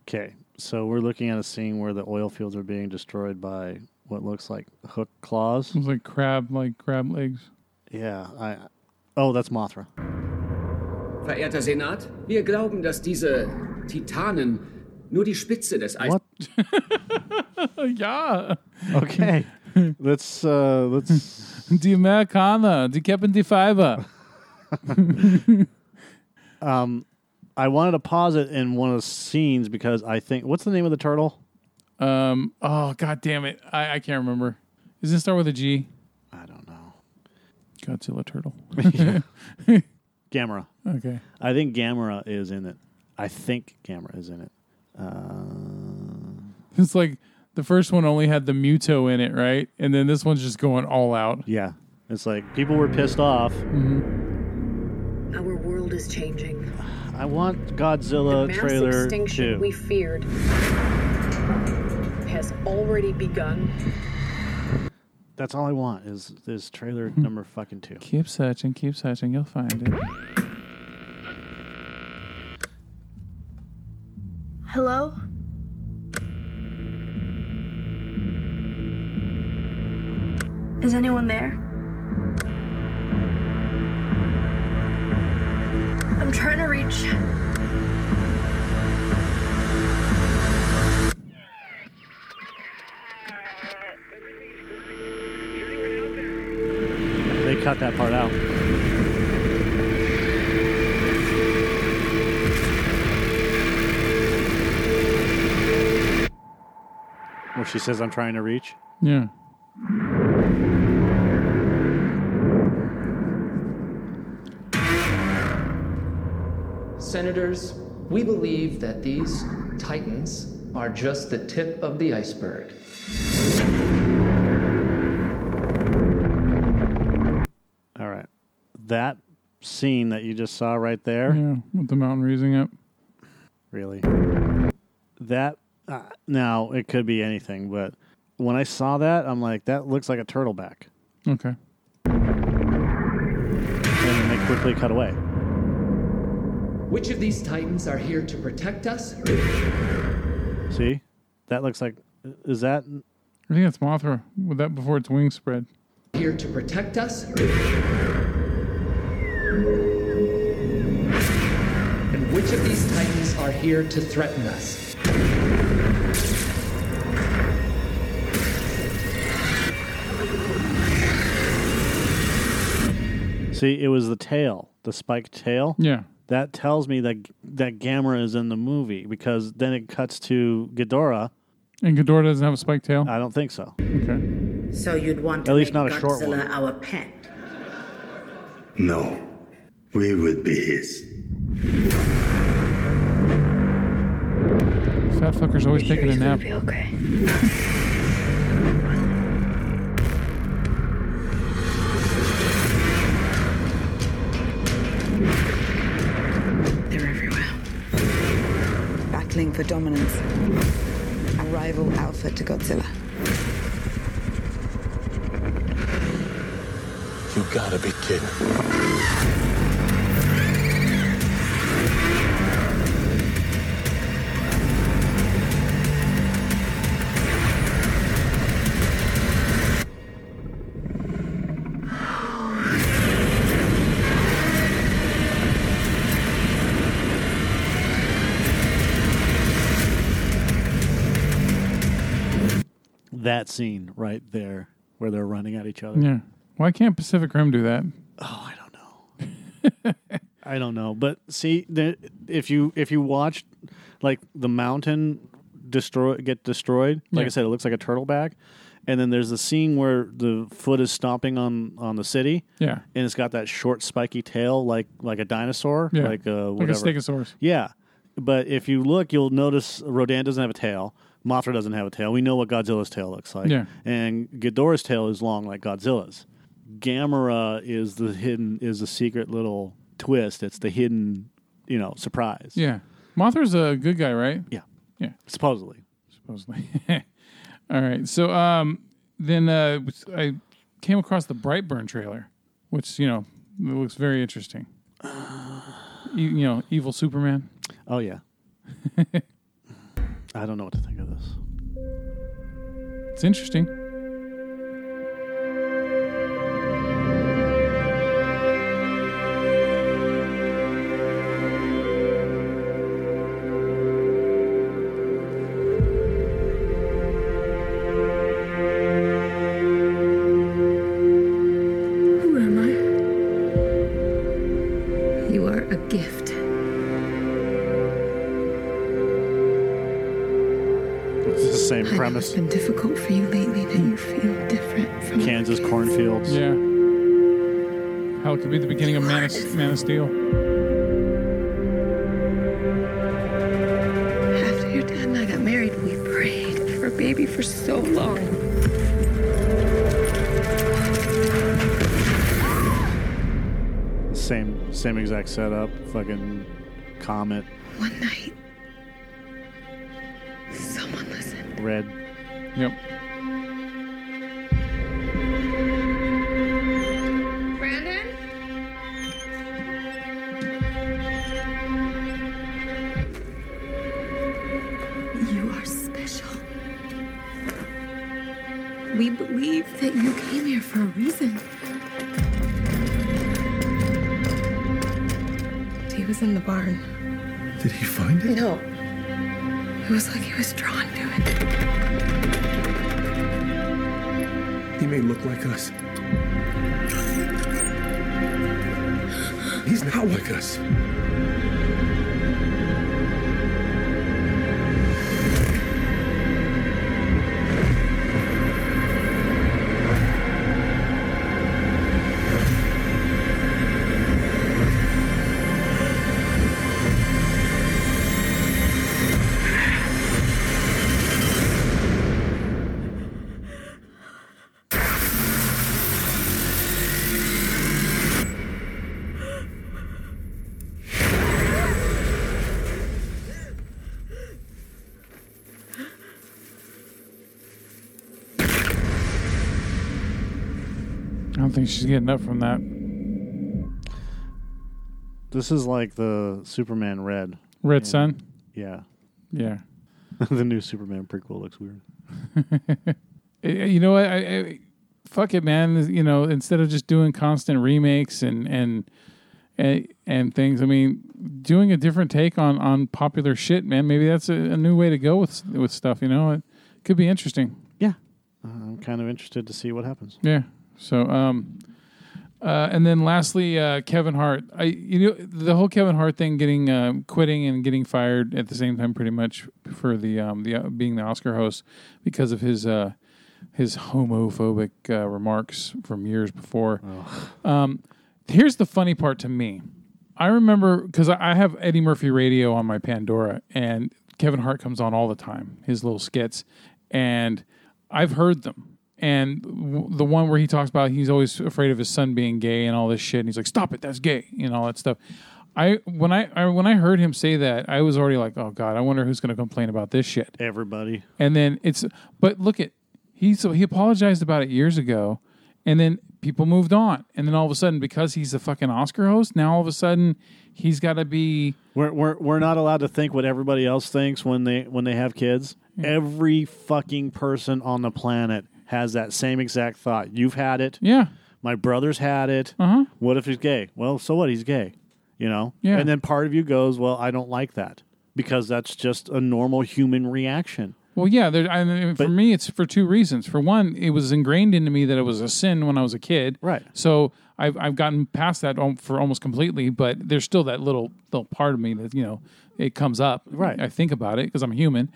Speaker 1: Okay, so we're looking at a scene where the oil fields are being destroyed by what looks like hook claws.
Speaker 2: It was like crab, like crab legs.
Speaker 1: yeah, I. Oh, that's Mothra.
Speaker 4: Verehrter Senat, wir glauben, dass diese Titanen nur die Spitze des Eis.
Speaker 1: What?
Speaker 2: Uh, yeah,
Speaker 1: Okay, let's uh, let's.
Speaker 2: the Americana, the Captain the Fiber.
Speaker 1: I wanted to pause it in one of the scenes because I think what's the name of the turtle?
Speaker 2: Um, oh god damn it, I, I can't remember. Does it start with a G?
Speaker 1: I don't know.
Speaker 2: Godzilla turtle.
Speaker 1: Gamera.
Speaker 2: Okay.
Speaker 1: I think Gamera is in it. I think Gamera is in it. Uh,
Speaker 2: It's like the first one only had the Muto in it, right? And then this one's just going all out.
Speaker 1: yeah, it's like people were pissed off.
Speaker 5: Our world is changing.
Speaker 1: I want
Speaker 5: The
Speaker 1: Godzilla
Speaker 5: mass
Speaker 1: trailer
Speaker 5: extinction
Speaker 1: too.
Speaker 5: we feared has already begun.
Speaker 1: That's all I want is is trailer number fucking two.
Speaker 2: Keep searching, keep searching, you'll find it.
Speaker 3: Hello? Is anyone there? I'm trying to reach.
Speaker 1: They cut that part out. Where she says, I'm trying to reach.
Speaker 2: Yeah.
Speaker 6: Senators, we believe that these titans are just the tip of the iceberg.
Speaker 1: All right. That scene that you just saw right there,
Speaker 2: Yeah. With the mountain raising up.
Speaker 1: really. That, uh, now it could be anything, but when I saw that, I'm like, that looks like a turtle back.
Speaker 2: Okay.
Speaker 1: And then they quickly cut away.
Speaker 6: Which of these titans are here to protect us?
Speaker 1: See? That looks like, is that
Speaker 2: I think that's Mothra with that before its wings spread.
Speaker 6: here to protect us and which of these titans are here to threaten us
Speaker 1: See, it was the tail, the spiked tail.
Speaker 2: Yeah.
Speaker 1: That tells me that that Gamera is in the movie because then it cuts to Ghidorah.
Speaker 2: And Ghidorah doesn't have a spiked tail.
Speaker 1: I don't think so.
Speaker 2: Okay.
Speaker 7: So you'd want to
Speaker 1: At least
Speaker 7: make
Speaker 1: not a short
Speaker 7: Godzilla
Speaker 1: one.
Speaker 7: our pet.
Speaker 8: No, we would be his.
Speaker 2: Fat fucker's always taking a
Speaker 3: He's gonna
Speaker 2: nap.
Speaker 3: be okay.
Speaker 9: They're everywhere. Battling for dominance. A rival alpha to Godzilla.
Speaker 10: You gotta be kidding.
Speaker 1: That scene right there where they're running at each other.
Speaker 2: Yeah. Why can't Pacific Rim do that?
Speaker 1: Oh, I don't know. I don't know. But see, the, if you if you watch like the mountain destroy get destroyed, like
Speaker 2: Yeah.
Speaker 1: I said, it looks like a turtle back. And then there's the scene where the foot is stomping on on the city.
Speaker 2: Yeah.
Speaker 1: and it's got that short spiky tail like like a dinosaur,
Speaker 2: Yeah.
Speaker 1: like a
Speaker 2: like a
Speaker 1: whatever.
Speaker 2: stegosaurus.
Speaker 1: yeah, but if you look, you'll notice Rodan doesn't have a tail. Mothra doesn't have a tail. We know what Godzilla's tail looks like.
Speaker 2: Yeah.
Speaker 1: And Ghidorah's tail is long like Godzilla's. Gamera is the hidden is the secret little twist. It's the hidden, you know, surprise.
Speaker 2: Yeah. Mothra's a good guy, right?
Speaker 1: Yeah.
Speaker 2: Yeah.
Speaker 1: Supposedly.
Speaker 2: Supposedly. All right. So um, then uh, I came across the Brightburn trailer, which, you know, it looks very interesting. you, you know, evil Superman.
Speaker 1: Oh yeah. I don't know what to think of this.
Speaker 2: It's interesting.
Speaker 11: Who am I? You are a gift.
Speaker 1: It's the same
Speaker 11: I know it's
Speaker 1: premise.
Speaker 11: been difficult for you lately that you feel different from
Speaker 1: Kansas cornfields.
Speaker 2: Yeah. Hell, it could be the beginning of Man of, Man of Steel.
Speaker 11: After your dad and I got married, we prayed for a baby for so long.
Speaker 1: Same same exact setup. Fucking comet,
Speaker 11: One night, someone listened.
Speaker 1: red
Speaker 2: Yep.
Speaker 3: Brandon?
Speaker 11: You are special. We believe that you came here for a reason. He was in the barn.
Speaker 10: Did he find it?
Speaker 9: No,
Speaker 11: It was like he was drawn to it.
Speaker 10: He may look like us. He's not like us.
Speaker 2: I don't think she's getting up from that.
Speaker 1: This is like the Superman Red.
Speaker 2: Red Sun.
Speaker 1: Yeah.
Speaker 2: Yeah.
Speaker 1: the new Superman prequel looks weird.
Speaker 2: Eh, I- I- You know what? I, I, fuck it, man. You know, instead of just doing constant remakes and and and, and things, I mean, doing a different take on on popular shit, man. Maybe that's a, a new way to go with with stuff. You know, it could be interesting.
Speaker 1: Yeah, Uh, I'm kind of interested to see what happens.
Speaker 2: Yeah. So, um, uh, and then lastly, uh, Kevin Hart. I you know the whole Kevin Hart thing, getting uh, quitting and getting fired at the same time, pretty much for the um, the being the Oscar host because of his uh, his homophobic uh, remarks from years before. Um, here's the funny part to me. I remember because I I have Eddie Murphy radio on my Pandora, and Kevin Hart comes on all the time, his little skits, and I've heard them. And w- the one where he talks about he's always afraid of his son being gay and all this shit, and he's like, "Stop it, that's gay," and all that stuff. I when I, I when I heard him say that, I was already like, "Oh God, I wonder who's going to complain about this shit."
Speaker 1: Everybody,
Speaker 2: And then it's but look at he so he apologized about it years ago and then people moved on. And then all of a sudden because he's the fucking Oscar host, now all of a sudden he's got to be
Speaker 1: we're, we're we're not allowed to think what everybody else thinks when they when they have kids. Every fucking person on the planet has that same exact thought. You've had it.
Speaker 2: yeah.
Speaker 1: My brother's had it.
Speaker 2: Uh-huh.
Speaker 1: What if he's gay? Well, so what? He's gay. You know?
Speaker 2: Yeah.
Speaker 1: And then part of you goes, well, I don't like that because that's just a normal human reaction.
Speaker 2: Well, yeah. There, I mean, for
Speaker 1: But-
Speaker 2: me, it's for two reasons. For one, it was ingrained into me that it was a sin when I was a kid.
Speaker 1: Right.
Speaker 2: So I've I've gotten past that al- for almost completely, but there's still that little little part of me that you know it comes up.
Speaker 1: Right.
Speaker 2: I think about it because I'm human.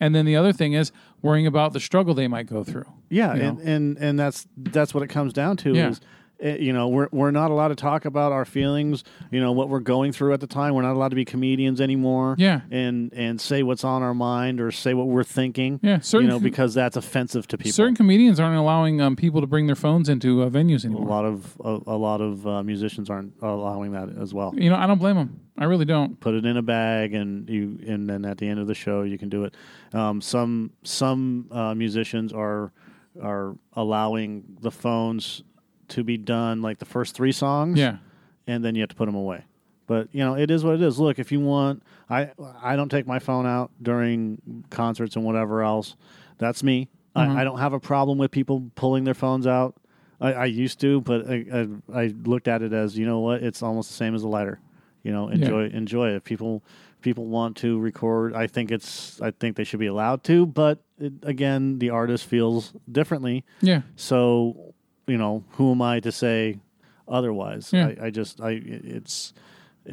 Speaker 2: And then the other thing is worrying about the struggle they might go through.
Speaker 1: Yeah,
Speaker 2: You know?
Speaker 1: and, and and that's that's what it comes down to
Speaker 2: Yeah.
Speaker 1: is eh, you know we're we're not allowed to talk about our feelings, you know what we're going through at the time. We're not allowed to be comedians anymore.
Speaker 2: Yeah.
Speaker 1: and and say what's on our mind or say what we're thinking.
Speaker 2: Yeah, certain
Speaker 1: you know
Speaker 2: com-
Speaker 1: because that's offensive to people.
Speaker 2: Certain comedians aren't allowing um, people to bring their phones into uh, venues
Speaker 1: a
Speaker 2: anymore.
Speaker 1: lot of a, a lot of uh, musicians aren't allowing that as well.
Speaker 2: You know, I don't blame them. I really don't.
Speaker 1: put it in a bag and you and then at the end of the show you can do it um, some some uh, musicians are are allowing the phones to be done like the first three songs
Speaker 2: Yeah.
Speaker 1: and then you have to put them away but you know it is what it is look if you want i i don't take my phone out during concerts and whatever else that's me I, I don't have a problem with people pulling their phones out i, I used to but I, I i looked at it as you know what it's almost the same as a lighter you know enjoy enjoy it if people people want to record i think it's i think they should be allowed to but it, again the artist feels differently
Speaker 2: Yeah.
Speaker 1: so, you know, who am I to say otherwise?
Speaker 2: Yeah.
Speaker 1: I, I just, I, it's,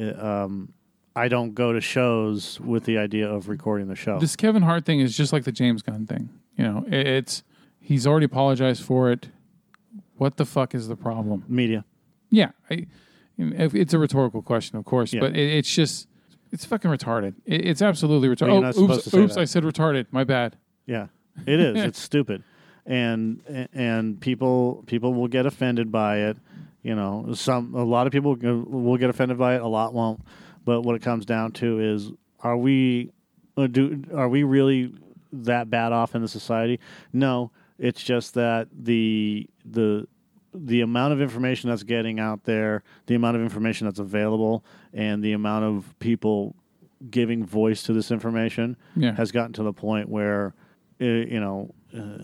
Speaker 1: uh, um, I don't go to shows with the idea of recording the show.
Speaker 2: This Kevin Hart thing is just like the James Gunn thing. You know, it, it's he's already apologized for it. What the fuck is the problem?
Speaker 1: Media.
Speaker 2: Yeah, I, if- it's a rhetorical question, of course,
Speaker 1: Yeah.
Speaker 2: but it, it's just it's fucking retarded. It, it's absolutely
Speaker 1: you're
Speaker 2: retarded.
Speaker 1: not
Speaker 2: Oh,
Speaker 1: supposed to
Speaker 2: oops,
Speaker 1: say
Speaker 2: oops,
Speaker 1: that.
Speaker 2: I said retarded. My bad.
Speaker 1: Yeah, it is. it's stupid, and and people people will get offended by it. You know, some a lot of people will get offended by it. A lot won't. But what it comes down to is, are we uh, do are we really that bad off in the society? No, it's just that the the the amount of information that's getting out there, the amount of information that's available, and the amount of people giving voice to this information
Speaker 2: Yeah.
Speaker 1: has gotten to the point where uh, you know uh,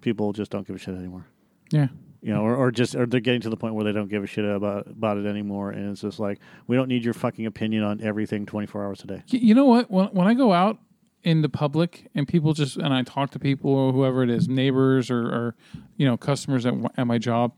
Speaker 1: people just don't give a shit anymore
Speaker 2: Yeah,
Speaker 1: you know or, or just or they're getting to the point where they don't give a shit about about it anymore and it's just like we don't need your fucking opinion on everything 24 hours a day
Speaker 2: Y- you know what? When when I go out into public and people just and I talk to people or whoever it is, neighbors or, or you know customers at at my job,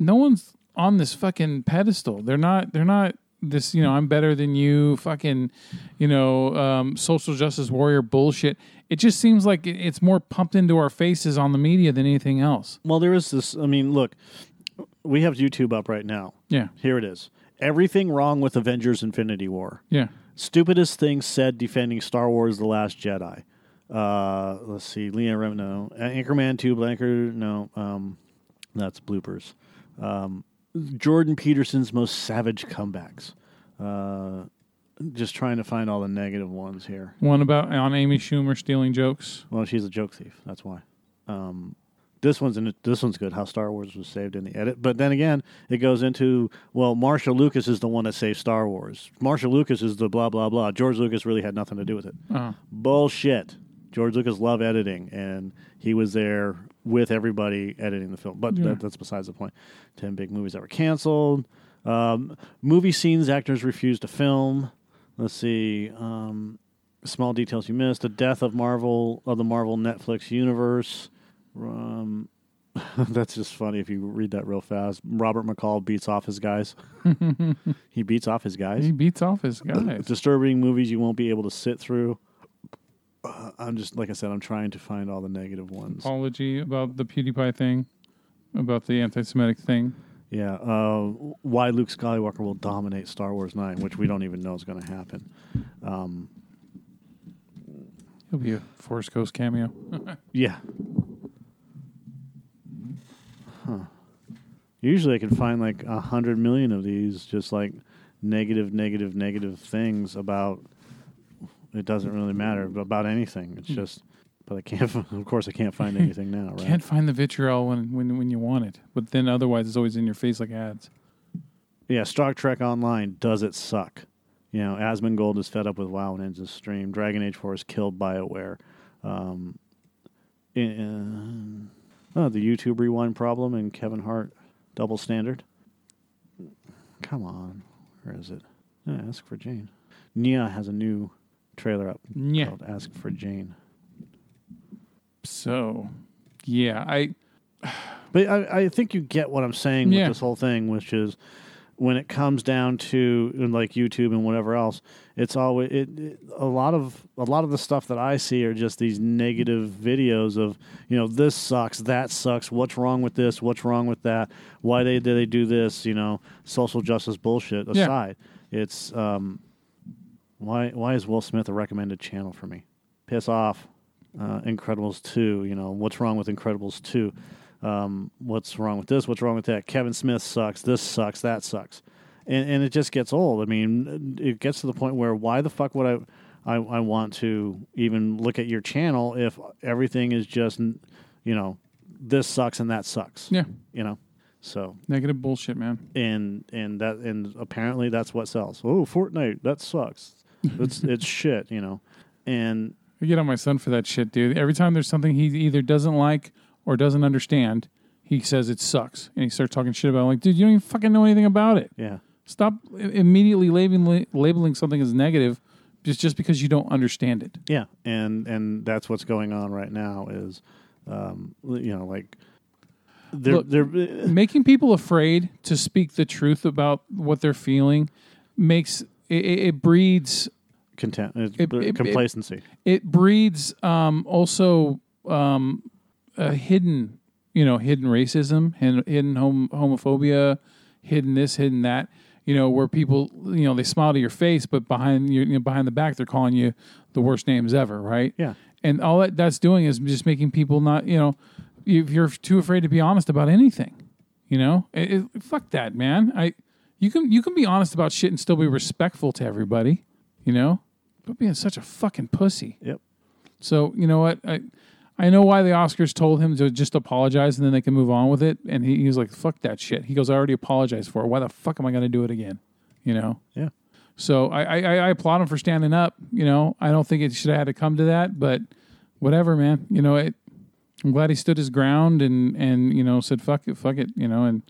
Speaker 2: no one's on this fucking pedestal. They're not. They're not this. You know, I'm better than you. Fucking, you know, um, social justice warrior bullshit. It just seems like it- it's more pumped into our faces on the media than anything else.
Speaker 1: well there is this i mean look we have youtube up right now
Speaker 2: Yeah.
Speaker 1: here it is everything wrong with avengers infinity war
Speaker 2: Yeah.
Speaker 1: stupidest things said defending Star Wars: The Last Jedi. Uh, let's see, Leah Rem, no, Anchorman Two, Blanker, no, um, that's bloopers. Um, Jordan Peterson's most savage comebacks. Uh, just trying to find all the negative ones here.
Speaker 2: One about on Amy Schumer stealing jokes.
Speaker 1: Well, she's a joke thief. That's why. Um, this one's in, this one's good. How Star Wars was saved in the edit, but then again, it goes into well, Marsha Lucas is the one that saved Star Wars. Marsha Lucas is the blah blah blah. George Lucas really had nothing to do with it. Bullshit. George Lucas loved editing, and he was there with everybody editing the film. But
Speaker 2: Yeah.
Speaker 1: that, that's besides the point. Ten big movies that were canceled. Um, movie scenes actors refused to film. Let's see. Um, small details you missed. The death of Marvel of the Marvel Netflix universe. Um, that's just funny if you read that real fast. Robert McCall beats off his guys. he beats off his guys.
Speaker 2: He beats off his guys.
Speaker 1: Disturbing movies you won't be able to sit through. Uh, I'm just like I said. I'm trying to find all the negative
Speaker 2: Oh.
Speaker 1: ones.
Speaker 2: Apology about the PewDiePie thing, about the anti-Semitic thing.
Speaker 1: Yeah. Uh, why Luke Skywalker will dominate Star Wars Nine, which we don't even know is going to happen.
Speaker 2: He'll be a Forest Coast cameo.
Speaker 1: Yeah. Huh. Usually I can find like a hundred million of these just like negative, negative, negative things about it doesn't really matter about anything. It's just but I can't fi- of course I can't find anything now, right?
Speaker 2: Can't find the vitriol when, when when you want it, but then otherwise it's always in your face like ads.
Speaker 1: Yeah, Star Trek Online, does it suck? You know, Asmongold is fed up with WoW and ends his stream. Dragon Age 4 is killed BioWare. Um, in- oh, the YouTube rewind problem and Kevin Hart double standard. Come on. Where is it? Yeah, Ask for Jane. Nia has a new trailer up
Speaker 2: Yeah.
Speaker 1: called Ask for Jane.
Speaker 2: So, yeah, I
Speaker 1: But I, I think you get what I'm saying
Speaker 2: Yeah.
Speaker 1: with this whole thing, which is when it comes down to and like YouTube and whatever else, it's always it, it- a lot of a lot of the stuff that I see are just these negative videos of you know this sucks, that sucks, what's wrong with this, what's wrong with that, why they did they do this, you know, social justice bullshit
Speaker 2: Yeah.
Speaker 1: aside, it's um, why why is Will Smith a recommended channel for me? Piss off. Uh, Incredibles two, you know what's wrong with Incredibles two? Um, what's wrong with this? What's wrong with that? Kevin Smith sucks. This sucks. That sucks. And and it just gets old. I mean, it gets to the point where why the fuck would I I, I want to even look at your channel if everything is just you know this sucks and that sucks.
Speaker 2: yeah,
Speaker 1: You know, so
Speaker 2: negative bullshit, man.
Speaker 1: and and that and apparently that's what sells. Oh, Fortnite, that sucks. It's it's shit, you know. And
Speaker 2: I get on my son for that shit, dude. Every time there's something he either doesn't like or doesn't understand, he says it sucks, and he starts talking shit about. It. I'm like, dude, you don't even fucking know anything about it.
Speaker 1: yeah,
Speaker 2: Stop i- immediately labeling labeling something as negative just just because you don't understand it.
Speaker 1: yeah, and and that's what's going on right now is, um, you know, like they're uh,
Speaker 2: Look,
Speaker 1: they're
Speaker 2: making people afraid to speak the truth about what they're feeling makes it, it it breeds
Speaker 1: content it's
Speaker 2: it- it-
Speaker 1: complacency.
Speaker 2: it breeds um, also um, a hidden you know hidden racism and hidden hom- homophobia hidden this hidden that you know where people you know they smile to your face but behind your, you know, behind the back they're calling you the worst names ever right
Speaker 1: Yeah.
Speaker 2: and all that that's doing is just making people not you know if you're too afraid to be honest about anything you know It- it- fuck that man i you can you can be honest about shit and still be respectful to everybody you know but being such a fucking pussy
Speaker 1: yep.
Speaker 2: so you know what i i know why the oscars told him to just apologize and then they can move on with it and he, he was like fuck that shit he goes i already apologized for it why the fuck am i going to do it again you know
Speaker 1: Yeah.
Speaker 2: so I, I, I applaud him for standing up. You know, I don't think it should have had to come to that, but whatever, man. You know, it, I'm glad he stood his ground and and you know said fuck it, fuck it. You know, and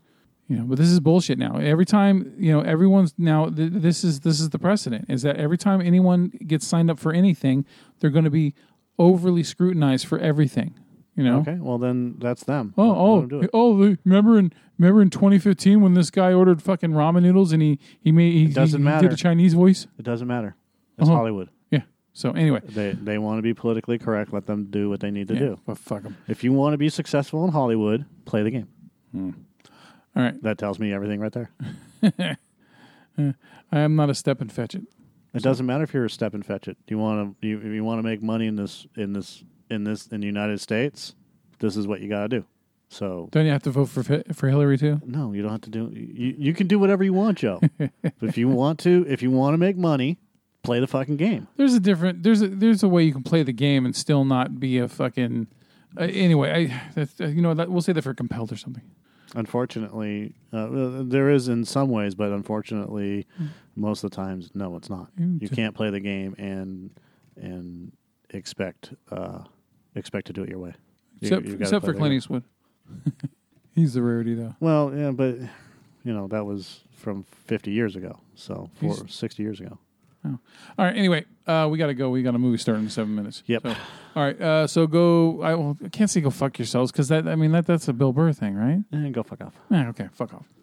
Speaker 2: you know, but this is bullshit now. Every time you know, everyone's now. Th- this is this is the precedent is that every time anyone gets signed up for anything, they're going to be overly scrutinized for everything. You know.
Speaker 1: Okay. Well, then that's them.
Speaker 2: Oh,
Speaker 1: Let
Speaker 2: oh,
Speaker 1: them do it.
Speaker 2: oh! the- Remember in remember in 2015 when this guy ordered fucking ramen noodles and he he made he,
Speaker 1: doesn't
Speaker 2: he- he
Speaker 1: matter.
Speaker 2: did a Chinese voice.
Speaker 1: It doesn't matter. It's
Speaker 2: Uh-huh.
Speaker 1: Hollywood.
Speaker 2: Yeah. So anyway,
Speaker 1: They they want to be politically correct. Let them do what they need to do.
Speaker 2: Well, fuck 'em.
Speaker 1: If you want to be successful in Hollywood, play the game.
Speaker 2: Hmm. All right.
Speaker 1: That tells me everything right there.
Speaker 2: I am not a step and fetch it.
Speaker 1: It doesn't matter if you're a step and fetch it. You want to you if you want to make money in this in this in this in the United States. This is what you got to do. So
Speaker 2: Don't you have to vote for Fi- for Hillary too?
Speaker 1: no, you don't have to do. You, you can do whatever you want, Joe. but if you want to, if you want to make money, play the fucking game.
Speaker 2: There's a different. There's a there's a way you can play the game and still not be a fucking. Uh, anyway, I that's, uh, you know that, we'll say that for compelled or something.
Speaker 1: Unfortunately, uh, there is in some ways, but unfortunately,
Speaker 2: Hmm.
Speaker 1: most of the times, no, it's not. You can't play the game and and expect uh, expect to do it your way.
Speaker 2: except,
Speaker 1: you've gotta
Speaker 2: except
Speaker 1: play
Speaker 2: for
Speaker 1: the
Speaker 2: Clint
Speaker 1: game.
Speaker 2: Eastwood. He's the rarity, though.
Speaker 1: Well, yeah, but you know that was from 50 years ago, so four, 60 years ago.
Speaker 2: All right. Anyway, uh, we got to go. We got a movie starting in seven minutes.
Speaker 1: Yep.
Speaker 2: So, all right. Uh, so go. I, well, I can't say Eh, go fuck yourselves because that. I mean that that's a Bill Burr thing, right?
Speaker 1: And go fuck off.
Speaker 2: Yeah, okay. Fuck off.